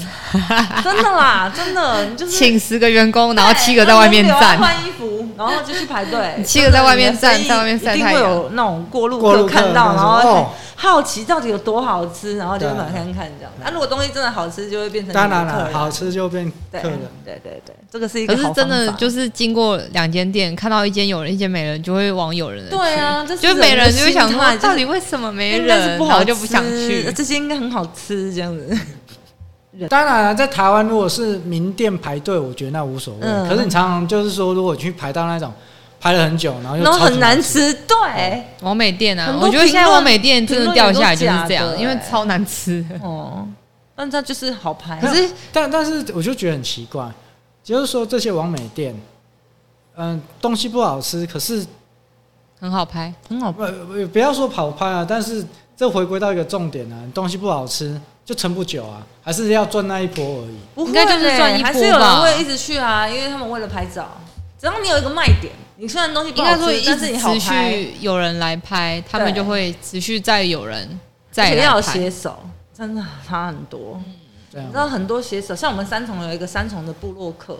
Speaker 2: 真的啦，真的，你就 是
Speaker 3: 请十个员工，然后七个在外面
Speaker 2: 对
Speaker 3: 站
Speaker 2: 轮流要，换衣服，然后就去排队
Speaker 3: 你。 七个在外面站
Speaker 2: 真的
Speaker 3: 在外面晒
Speaker 2: 一定
Speaker 3: 太
Speaker 2: 会
Speaker 3: 阳
Speaker 2: 有那种过路
Speaker 1: 过路客
Speaker 2: 看到，
Speaker 1: 这样
Speaker 2: 然
Speaker 1: 子
Speaker 2: 后
Speaker 1: 哦
Speaker 2: 好奇到底有多好吃，然后就会
Speaker 1: 对啊
Speaker 2: 买看看这样。那、如果东西真的好吃，就会变成
Speaker 1: 当然
Speaker 2: 你的客
Speaker 1: 了，
Speaker 2: 人
Speaker 1: 好吃就变
Speaker 2: 对
Speaker 1: 客人，
Speaker 2: 对对对，这个是一个
Speaker 3: 可是
Speaker 2: 好
Speaker 3: 真的
Speaker 2: 方法
Speaker 3: 就是经过两间店，看到一间有人，一间没人，就会往有人的
Speaker 2: 对啊，这
Speaker 3: 去，就是没
Speaker 2: 人的
Speaker 3: 人就会想
Speaker 2: 心
Speaker 3: 说，
Speaker 2: 态
Speaker 3: 到底为什么没
Speaker 2: 应该是
Speaker 3: 人，
Speaker 2: 不
Speaker 3: 然
Speaker 2: 好
Speaker 3: 后就不想
Speaker 2: 吃
Speaker 3: 去。
Speaker 2: 这些应该很好吃这样子。
Speaker 1: 当然了，在台湾如果是名店排队，我觉得那无所谓。
Speaker 2: 嗯
Speaker 1: 可是你常常就是说，如果去排到那种排了很久，然后又
Speaker 2: 然后
Speaker 1: 哎超级
Speaker 2: 很难
Speaker 1: 吃，
Speaker 2: 吃，对，
Speaker 3: 王美店啊
Speaker 2: 很，多
Speaker 3: 我觉得现在
Speaker 2: 评论
Speaker 3: 王美店真的掉下来就是这
Speaker 2: 评论
Speaker 3: 样
Speaker 2: 都，假的
Speaker 3: 因为
Speaker 2: 欸
Speaker 3: 超难吃的。
Speaker 2: 哦，但它就是好排，
Speaker 1: 可
Speaker 2: 可
Speaker 1: 是
Speaker 2: 是
Speaker 1: 但但是我就觉得很奇怪，就是说这些网美店，嗯、东西不好吃，可是
Speaker 3: 很好拍，
Speaker 2: 很好
Speaker 1: 不呃不不要说跑拍啊，但是这回归到一个重点啊，东西不好吃就撑不久啊，还是要赚那一波而已。
Speaker 2: 不
Speaker 3: 应该就是赚一
Speaker 2: 还
Speaker 3: 波
Speaker 2: 是有人
Speaker 3: 吧
Speaker 2: 会一直去啊，因为他们为了拍照，只要你有一个卖点，你虽然东西不
Speaker 3: 应
Speaker 2: 好
Speaker 3: 该说
Speaker 2: 吃
Speaker 3: 一，
Speaker 2: 但是
Speaker 3: 直
Speaker 2: 你好
Speaker 3: 持
Speaker 2: 拍，
Speaker 3: 续有人来拍，他们
Speaker 2: 对
Speaker 3: 就会持续再有人
Speaker 2: 而
Speaker 3: 再
Speaker 2: 且
Speaker 3: 来
Speaker 2: 要有
Speaker 3: 拍 啊
Speaker 2: 写手，真的差很多。
Speaker 1: 这样
Speaker 2: 你知道很多写手，像我们三重有一个三重的部落客，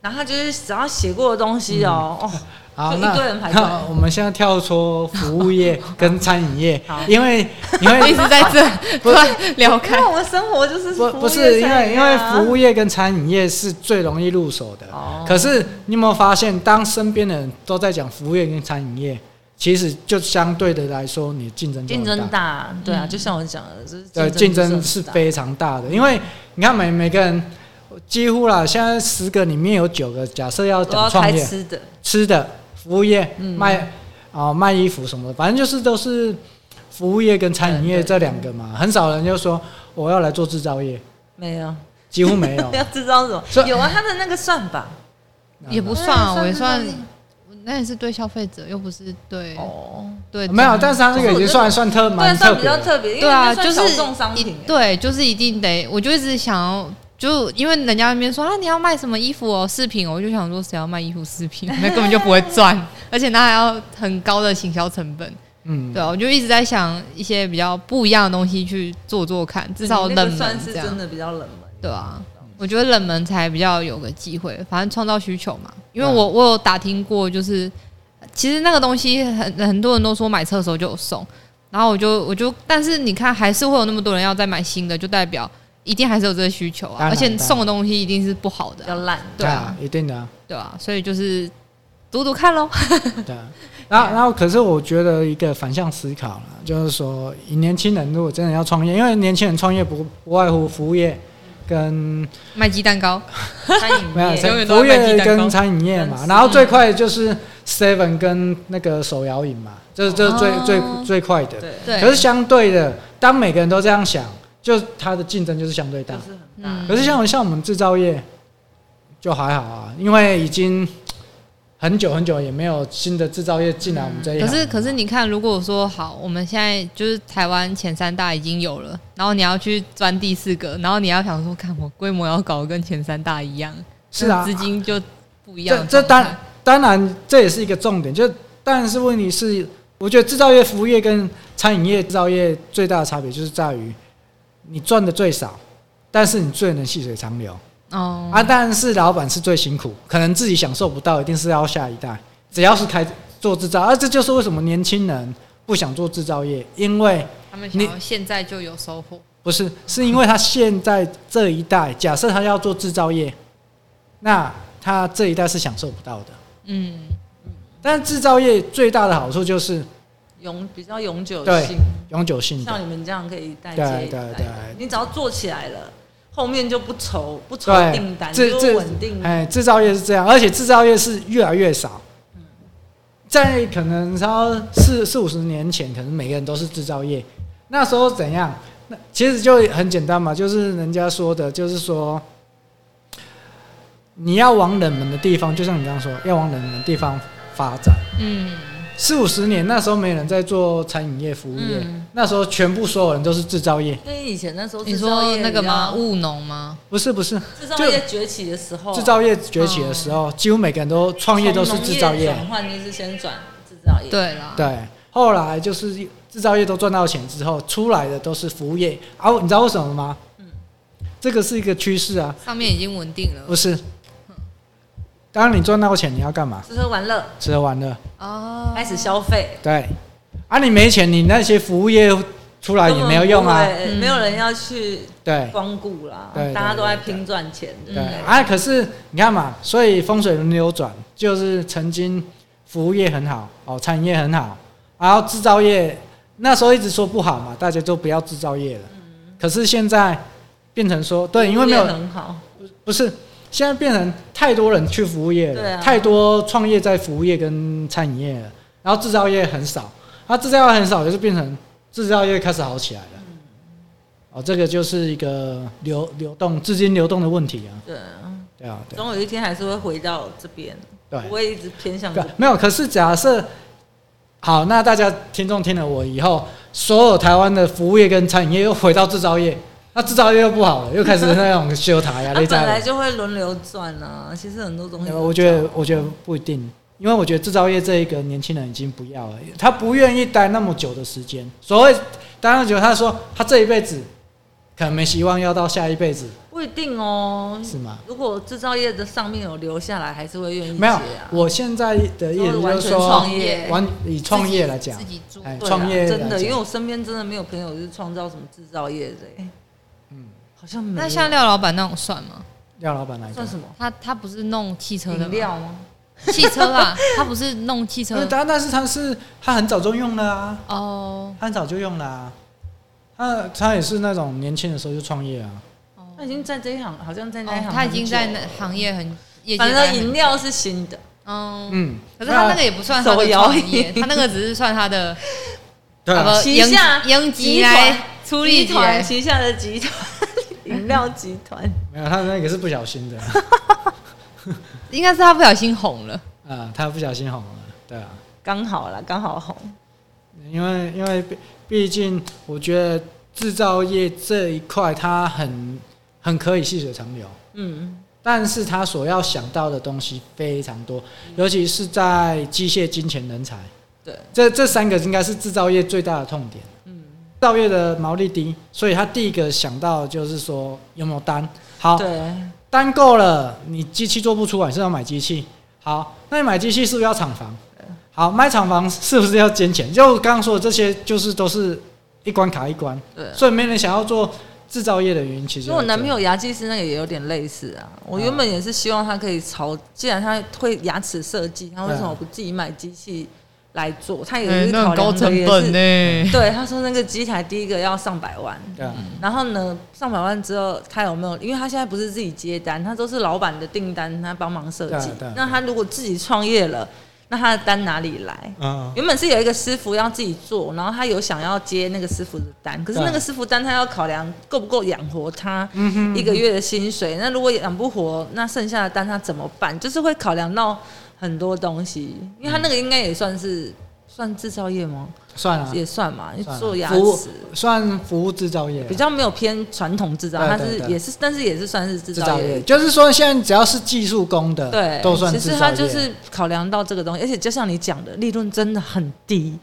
Speaker 2: 然后他就是只要写过的东西哦，
Speaker 3: 嗯
Speaker 2: 哦，
Speaker 1: 好，
Speaker 2: 就一
Speaker 1: 那
Speaker 2: 堆人排队
Speaker 1: 那我们现在跳出服务 业跟餐饮业
Speaker 2: 好，
Speaker 1: 因为因为
Speaker 3: 一直在这 突然聊
Speaker 2: 因
Speaker 3: 开
Speaker 2: 为，我们生活就是
Speaker 1: 不
Speaker 2: 服务
Speaker 1: 不
Speaker 2: 业
Speaker 1: 是因
Speaker 2: 餐
Speaker 1: 为
Speaker 2: 饮
Speaker 1: 因为
Speaker 2: 啊
Speaker 1: 服务业跟餐饮业是最容易入手的，
Speaker 2: 哦
Speaker 1: 可是你有没有发现，当身边的人都在讲服务业跟餐饮业，其实就相对的来说，你竞
Speaker 3: 嗯
Speaker 1: 争就
Speaker 2: 竞
Speaker 1: 很
Speaker 2: 争
Speaker 1: 大，
Speaker 2: 大，对啊，就像我讲的，就是
Speaker 1: 对，竞争是
Speaker 2: 非。
Speaker 1: 非常大的，因为你看每每个人几乎啦，现在十个里面有九个假设要
Speaker 2: 我要
Speaker 1: 讲
Speaker 2: 开
Speaker 1: 创业，
Speaker 2: 吃的，
Speaker 1: 吃的、服务业、
Speaker 2: 嗯
Speaker 1: 卖啊、卖衣服什么的，反正就是都是服务业跟餐饮
Speaker 2: 对
Speaker 1: 业
Speaker 2: 对
Speaker 1: 这两个嘛，很少人就说我要来做制造业，
Speaker 2: 没有，。
Speaker 1: 几乎没有
Speaker 2: 要制造什
Speaker 1: 所
Speaker 2: 么？
Speaker 1: 以
Speaker 2: 有啊，他的那个哎算法
Speaker 3: 也不
Speaker 2: 不
Speaker 3: 算啊，我也算，那也是对消费者，又不是对
Speaker 2: 哦，
Speaker 3: 对
Speaker 1: 没有，但是他那
Speaker 2: 可
Speaker 1: 个
Speaker 2: 是
Speaker 1: 已
Speaker 2: 我
Speaker 1: 经
Speaker 2: 觉
Speaker 1: 算算特蛮
Speaker 2: 对，
Speaker 1: 特
Speaker 2: 算比
Speaker 1: 别
Speaker 2: 较
Speaker 1: 的，
Speaker 2: 特别，因为
Speaker 3: 对啊，
Speaker 2: 那算
Speaker 3: 就是
Speaker 2: 小众商品欸
Speaker 3: 一，对，就是一定得，我就一直想要，就因为人家那边说啊，你要卖什么衣服哦，饰品哦，我就想说谁要卖衣服饰品，那根本就不会赚，而且那还要很高的行销成本，
Speaker 1: 嗯
Speaker 3: 对，啊，我就一直在想一些比较不一样的东西去做做看，至
Speaker 2: 至
Speaker 3: 少冷门
Speaker 2: 算是
Speaker 3: 这样
Speaker 2: 真，的比较冷门。
Speaker 3: 对啊。我觉得冷门才比较有个机会，反正创造需求嘛。因为
Speaker 1: 嗯
Speaker 3: 我我有打听过，就是呃其实那个东西很很多人都说买车的时候就有送，然后我就我就，但是你看还是会有那么多人要再买新的，就代表一定还是有这个需求
Speaker 1: 当
Speaker 3: 啊。
Speaker 1: 然
Speaker 3: 而且送的东西一定是不好
Speaker 2: 比
Speaker 3: 的
Speaker 2: 较
Speaker 3: 啊、
Speaker 2: 烂，
Speaker 3: 对啊，
Speaker 1: 一定的啊，
Speaker 3: 对啊，所以就是读读看喽。
Speaker 1: 对啊。然后，然后，可是我觉得一个反向思考啦，就是说，以年轻人如果真的要创业，因为年轻人创业不不外乎服务业跟
Speaker 3: 卖鸡蛋糕，
Speaker 2: 餐饮
Speaker 1: 没有啊
Speaker 2: 业
Speaker 3: 永远
Speaker 1: 服
Speaker 3: 都
Speaker 1: 务
Speaker 3: 在卖
Speaker 1: 业
Speaker 3: 鸡蛋糕
Speaker 1: 跟餐饮业嘛
Speaker 2: 跟，
Speaker 1: 然后最快就是 Seven 跟那个手摇饮嘛，这这是最
Speaker 3: 哦
Speaker 1: 最最快的。
Speaker 2: 对，
Speaker 3: 对，
Speaker 1: 可是相对的，当每个人都这样想，就它的竞争就是相对大
Speaker 2: 就。是很大。
Speaker 3: 嗯
Speaker 1: 可是像像我们制造业就还好啊，因为已经很久很久也没有新的制造业进来我们这一
Speaker 3: 可啊
Speaker 1: 行。
Speaker 3: 是可是你看，如果说好，我们现在就是台湾前三大已经有了，然后你要去钻第四个，然后你要想说，看我规模要搞得跟前三大一样，
Speaker 1: 是啊
Speaker 3: 那资金就不一样
Speaker 1: 这这
Speaker 3: 的状
Speaker 1: 当
Speaker 3: 态。
Speaker 1: 当然这也是一个重点，就但是问题是，我觉得制造业、服务业跟餐饮业、制造业最大的差别就是在于，你赚的最少，但是你最能细水长流、
Speaker 3: 哦，
Speaker 1: 啊。但是老板是最辛苦，可能自己享受不到，一定是要下一代。只要是开做制造，啊，这就是为什么年轻人不想做制造业，因为
Speaker 3: 他们
Speaker 1: 想
Speaker 3: 想
Speaker 1: 要
Speaker 3: 要现在就有收获，
Speaker 1: 不是是因为他现在这一代，假设他要做制造业，那他这一代是享受不到的。
Speaker 3: 嗯，
Speaker 1: 但制造业最大的好处就是
Speaker 2: 永比较永久
Speaker 1: 对
Speaker 2: 性，
Speaker 1: 永久性的
Speaker 2: 像，你们这样可以一代
Speaker 1: 对
Speaker 2: 接一代
Speaker 1: 对对
Speaker 2: 的，你只要做起来了，后面就不愁不愁
Speaker 1: 对
Speaker 2: 订单，
Speaker 1: 这
Speaker 2: 就
Speaker 1: 这
Speaker 2: 稳定。
Speaker 1: 哎，制造业是这样，而且制造业是越来越少。在可能超四四五十年前，可能每个人都是制造业。那时候怎样？那其实就很简单嘛，就是人家说的，就是说你要往冷门的地方，就像你刚刚说，要往冷门的地方发展。
Speaker 3: 嗯
Speaker 1: 四五十年那时候没人在做餐饮业、服务业，
Speaker 3: 嗯，
Speaker 1: 那时候全部所有人都是制造业，
Speaker 2: 因为以前那时候
Speaker 3: 你
Speaker 2: 制造
Speaker 3: 说
Speaker 2: 业
Speaker 3: 那个吗？
Speaker 2: 比较？
Speaker 3: 务农吗？
Speaker 1: 不是不是，
Speaker 2: 制造业崛起的时候，
Speaker 1: 制造业崛起的时候，几乎每个人都创业都是制造
Speaker 2: 嗯从农
Speaker 1: 业，
Speaker 2: 转换就是先转制造业。
Speaker 3: 对啦，
Speaker 1: 对。后来就是制造业都赚到钱之后，出来的都是服务业啊，你知道为什么吗？
Speaker 2: 嗯
Speaker 1: 这个是一个趋势啊，
Speaker 3: 上面已经稳定了
Speaker 1: 不是。当你赚到钱，你要干嘛？
Speaker 2: 吃喝玩乐
Speaker 1: 吃喝玩乐，
Speaker 3: 哦，
Speaker 2: 开始消费，
Speaker 1: 对。啊，你没钱，你那些服务业出来也没有用啊
Speaker 2: 根，本不会
Speaker 3: 嗯
Speaker 2: 没有人要去
Speaker 1: 对
Speaker 2: 光顾啦
Speaker 1: 哎对对，
Speaker 2: 大家都在拼赚钱，对
Speaker 1: 对
Speaker 2: 不对？
Speaker 1: 啊。可是你看嘛，所以风水轮流转，就是曾经服务业很好，哦，餐饮业很好，然后制造业那时候一直说不好嘛，大家都不要制造业了。可是现在变成说，对，因为没有
Speaker 2: 嗯服务业很好，
Speaker 1: 不是，现在变成太多人去服务业
Speaker 2: 对
Speaker 1: 了，
Speaker 2: 啊
Speaker 1: 太多创业在服务业跟餐饮业了，然后制造业很少，那制造业很少就是变成制造业开始好起来了。
Speaker 2: 嗯
Speaker 1: 哦，这个就是一个流流动资金流动的问题啊，
Speaker 2: 对，
Speaker 1: 对啊，对啊
Speaker 2: 总有一天还是会回到这边，不
Speaker 1: 对
Speaker 2: 会一直偏向这
Speaker 1: 对，没有。可是假设好，那大家听众听了我以后，所有台湾的服务业跟餐饮业又回到制造业，那制造业又不好了，又开始那种修台呀、
Speaker 2: 它
Speaker 1: 啊、累
Speaker 2: 本
Speaker 1: 在了
Speaker 2: 来就会轮流转啊，其实很多东西
Speaker 1: 呃，我觉得，我觉得不一定，因为我觉得制造业这一个年轻人已经不要了，他不愿意待那么久的时间。所谓待那么久，他说他这一辈子可能没希望要到下一辈子，
Speaker 2: 不一定哦。
Speaker 1: 是吗？
Speaker 2: 如果制造业的上面有留下来，还是会愿意接
Speaker 1: 没有
Speaker 2: 啊，。
Speaker 1: 我现在的意思就
Speaker 2: 完
Speaker 1: 是
Speaker 2: 全
Speaker 1: 说
Speaker 2: 创，业，
Speaker 1: 完以创业来讲
Speaker 3: 自，己做，
Speaker 1: 哎
Speaker 2: 对啊
Speaker 1: 创业
Speaker 2: 真
Speaker 1: 来
Speaker 2: 的，
Speaker 1: 讲
Speaker 2: 因为我身边真的没有朋友是创造什么制造业的、欸，
Speaker 1: 嗯，
Speaker 2: 好像没有。
Speaker 3: 那像廖老板那种算吗？
Speaker 1: 廖老板来讲，
Speaker 2: 算什么？
Speaker 3: 他他不是弄汽车的
Speaker 2: 饮
Speaker 3: 吗？
Speaker 2: 料吗？
Speaker 3: 汽车啊，他不是弄汽
Speaker 1: 但
Speaker 3: 车
Speaker 1: 是他但是他是他很早就用了啊，
Speaker 3: 哦
Speaker 1: 他很早就用了啊，他他也是那种年轻的时候就创业啊，
Speaker 3: 哦
Speaker 2: 他已经在这一行，好像在那一
Speaker 3: 哦
Speaker 2: 行、
Speaker 3: 他已经在那，行业很，业界
Speaker 2: 反
Speaker 3: 待
Speaker 2: 正
Speaker 3: 很
Speaker 2: 饮料是新的，
Speaker 3: 嗯，
Speaker 1: 嗯，
Speaker 3: 可是他那
Speaker 1: 个
Speaker 3: 个也不算他
Speaker 2: 手
Speaker 3: 的
Speaker 2: 摇
Speaker 3: 创业，
Speaker 2: 饮
Speaker 3: 他那个只是算他的
Speaker 1: 对啊
Speaker 3: 啊不
Speaker 2: 旗下
Speaker 3: 英吉
Speaker 2: 集
Speaker 3: 来
Speaker 2: 团
Speaker 3: 出力
Speaker 2: 集
Speaker 3: 姐
Speaker 2: 团旗下的集团， 饮料集团。
Speaker 1: 没有，他那个是不小 心的。
Speaker 3: 应该是他不小心红了。
Speaker 1: 啊，他不小心红了，对啊，
Speaker 2: 刚好啦，刚好红。
Speaker 1: 因为因为毕毕竟我觉得制造业这一块它很很可以细水长流，
Speaker 2: 嗯，
Speaker 1: 但是它所要想到的东西非常多，尤其是在机械、金钱、人才，
Speaker 2: 嗯对，
Speaker 1: 这这三个应该是制造业最大的痛点。
Speaker 2: 嗯，
Speaker 1: 制造业的毛利低，所以他第一个想到的就是说有没有单，好
Speaker 2: 对，
Speaker 1: 单够了，你机器做不出来，是要买机器。好，那你买机器是不是要厂房？好，买厂房是不是要捐钱？就刚刚说的这些，就是都是一关卡一关，
Speaker 2: 对。
Speaker 1: 所以没人想要做制造业的原因，其实
Speaker 2: 因为我男朋友牙技师那个也有点类似啊，我原本也是希望他可以朝，既然他会牙齿设计，他为什么不自己买机器来做？他
Speaker 3: 哎
Speaker 2: 也是考量的也是，
Speaker 3: 呢。
Speaker 2: 对，他说那个机台第一个要上百万，
Speaker 1: 对啊，
Speaker 2: 然后呢上百万之后他有没有？因为他现在不是自己接单，他都是老板的订单，他帮忙设计
Speaker 1: 对啊对啊。
Speaker 2: 那他如果自己创业了，那他的单哪里来？
Speaker 1: 嗯，
Speaker 2: 原本是有一个师傅要自己做，然后他有想要接那个师傅的单，可是那
Speaker 1: 对嗯
Speaker 2: 个师傅单他要考量够不够养活他一个月的薪水。那如果养不活，那剩下的单他怎么办？就是会考量到很多东西，因为他那个应该也算是算制造业吗？
Speaker 1: 算了，
Speaker 2: 也算嘛，
Speaker 1: 嗯算啊
Speaker 2: 做牙
Speaker 1: 服务
Speaker 2: 齿
Speaker 1: 算服务制造业啊，
Speaker 2: 比较没有偏传统制造，
Speaker 1: 对
Speaker 2: 他
Speaker 1: 对
Speaker 2: 是
Speaker 1: 对
Speaker 2: 也是，但是也是算是制
Speaker 1: 制
Speaker 2: 造
Speaker 1: 造
Speaker 2: 业
Speaker 1: 业，。就是说现在只要是技术工的，
Speaker 2: 对，
Speaker 1: 都算
Speaker 2: 其
Speaker 1: 制
Speaker 2: 实
Speaker 1: 造
Speaker 2: 他
Speaker 1: 业。
Speaker 2: 就是考量到这个东西，而且就像你讲的，利润真的很低，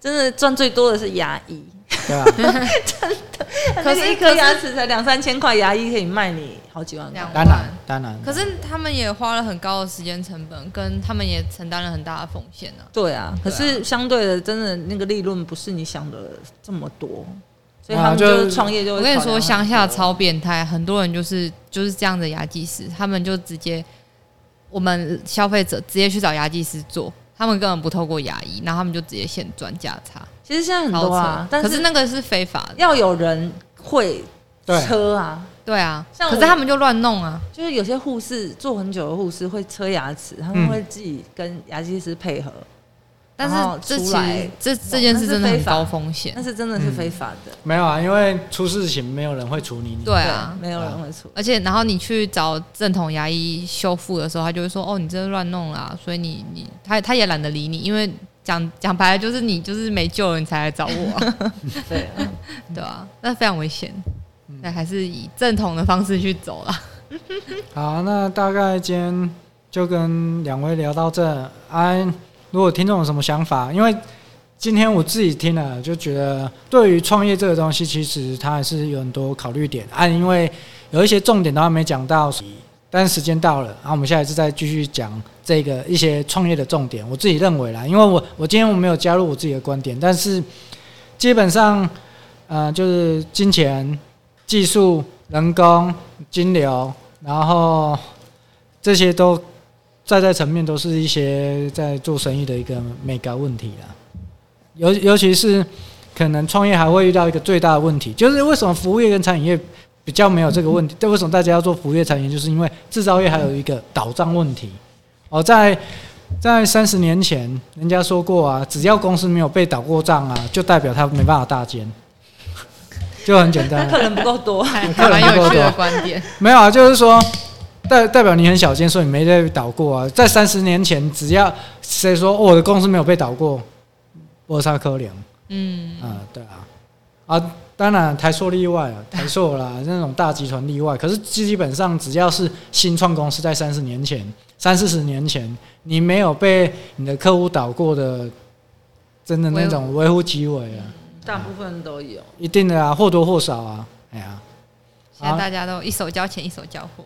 Speaker 2: 真的赚最多的是牙医。
Speaker 1: 对啊，
Speaker 2: 可啊
Speaker 3: 可
Speaker 2: 是
Speaker 3: 是
Speaker 2: 一颗
Speaker 3: 可是
Speaker 2: 牙齿才两三千块，牙医可以卖你好几万
Speaker 3: 两
Speaker 1: 当
Speaker 2: 块。
Speaker 1: 然当 然，
Speaker 3: 可是他们也花了很高的时间成本，跟他们也承担了很大的风险呢、
Speaker 2: 对啊，可
Speaker 3: 对啊
Speaker 2: 是相对的，真的那个利润不是你想的这么多，所以
Speaker 1: 啊
Speaker 2: 他们
Speaker 1: 就
Speaker 2: 就是创业就会
Speaker 3: 我跟你
Speaker 2: 考量啊
Speaker 3: 说，
Speaker 2: 很
Speaker 3: 乡下
Speaker 2: 多
Speaker 3: 超变态，很多人就是就是这样的牙技师，他们就直接我们消费者直接去找牙技师做，他们根本不透过牙医，然后他们就直接现赚价差，
Speaker 2: 其实现在很
Speaker 3: 超
Speaker 2: 多
Speaker 3: 扯
Speaker 2: 啊，。但
Speaker 3: 可是
Speaker 2: 是
Speaker 3: 那个是非法的，
Speaker 2: 要有人会
Speaker 1: 对
Speaker 2: 车啊，
Speaker 3: 对啊，
Speaker 2: 像
Speaker 3: 可
Speaker 2: 我
Speaker 3: 是他们就乱弄啊，
Speaker 2: 就是有些嗯护士做很久的护士会车牙齿，他们会自己跟牙技师配合，
Speaker 3: 但是
Speaker 2: 然后
Speaker 3: 这
Speaker 2: 出
Speaker 3: 其
Speaker 2: 来
Speaker 3: 实这这件事真的
Speaker 2: 那是
Speaker 3: 很
Speaker 2: 非法
Speaker 3: 高风险
Speaker 2: 但，是真的是非法的，
Speaker 1: 没有啊，因为出事情没有人会处理你。
Speaker 3: 对啊，
Speaker 2: 没有人会出。
Speaker 3: 而且，然后你去找正统牙医修复的时候，他就会说：“哦，你这乱弄啦。”所以你你他他也懒得理你，因为讲讲白了就是你就是没救了，你才来找我、啊，
Speaker 2: 对，
Speaker 3: 对啊，那非常危险。
Speaker 1: 嗯
Speaker 3: 那还是以正统的方式去 走啦。
Speaker 1: 好，那大概今天就跟两位聊到这。安、如果听众有什么想法，因为今天我自己听了，就觉得对于创业这个东西，其实它还是有很多考虑点。安、因为有一些重点都还没讲到，但是时间到了，然后我们下一次再继续讲这个一些创业的重点。我自己认为啦，因为我我今天我没有加入我自己的观点，但是基本上，呃，就是金钱、技术、人工、金流，然后这些都在在层面都是一些在做生意的一个美感问题啦。尤尤其是可能创业还会遇到一个最大的问题，就是为什么服务业跟餐饮业比较没有这个问题？对，为什么大家要做服务业、餐饮业？就是因为制造业还有一个倒账问题。哦，在在三十年前，人家说过啊，只要公司没有被倒过账啊，就代表他没办法大奸，就很简单啊。
Speaker 2: 客人不够多，
Speaker 3: 还
Speaker 1: 看了
Speaker 3: 还
Speaker 1: 那
Speaker 3: 蛮有
Speaker 1: 么
Speaker 3: 趣
Speaker 1: 多
Speaker 3: 的观点，
Speaker 1: 没有啊，就是说代代表你很小间，所以你没被倒过啊。在三十年前，只要谁说、哦我的公司没有被倒过，我差可怜。
Speaker 3: 嗯，
Speaker 1: 嗯，对啊，啊，当然台塑例外啊，台塑啦那种大集团例外。可是基本上只要是新创公司，在三十年前、三四十年前，你没有被你的客户倒过的，真的那种微乎其微啊，
Speaker 2: 大部分都有。
Speaker 1: 一定的啊，或多或少啊，哎呀、
Speaker 3: 现
Speaker 1: 啊
Speaker 3: 在大家都一手交钱一手交货。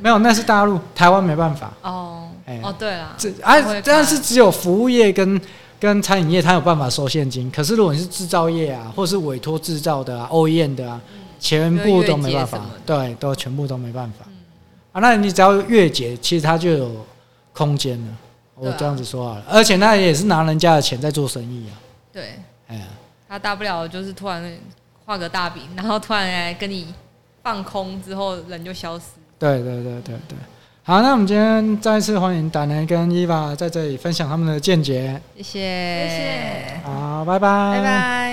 Speaker 1: 没有，那是大陆，台湾没办法。
Speaker 3: 哦
Speaker 1: 哎
Speaker 3: 哦，对啦，
Speaker 1: 这啊
Speaker 3: 我会，看
Speaker 1: 但是只有服务业跟跟餐饮业，它有办法收现金。可是如果你是制造业啊，或是委托制造的啊、OEM 的啊，
Speaker 3: 嗯
Speaker 1: 全部都没办法
Speaker 3: 就越界什么，嗯
Speaker 1: 对，都全部都没办法。啊，那你只要越解，其实它就有空间了。我
Speaker 3: 对啊
Speaker 1: 这样子说好了，而且那也是拿人家的钱在做生意啊。
Speaker 3: 对
Speaker 1: 哎呀，
Speaker 3: 他大不了就是突然画个大饼，然后突然来跟你放空之后，人就消失。
Speaker 1: 对对对对对。好，那我们今天再次欢迎达南跟伊娃在这里分享他们的见解。
Speaker 3: 谢谢，
Speaker 2: 谢谢
Speaker 1: 好，拜拜，
Speaker 3: 拜拜。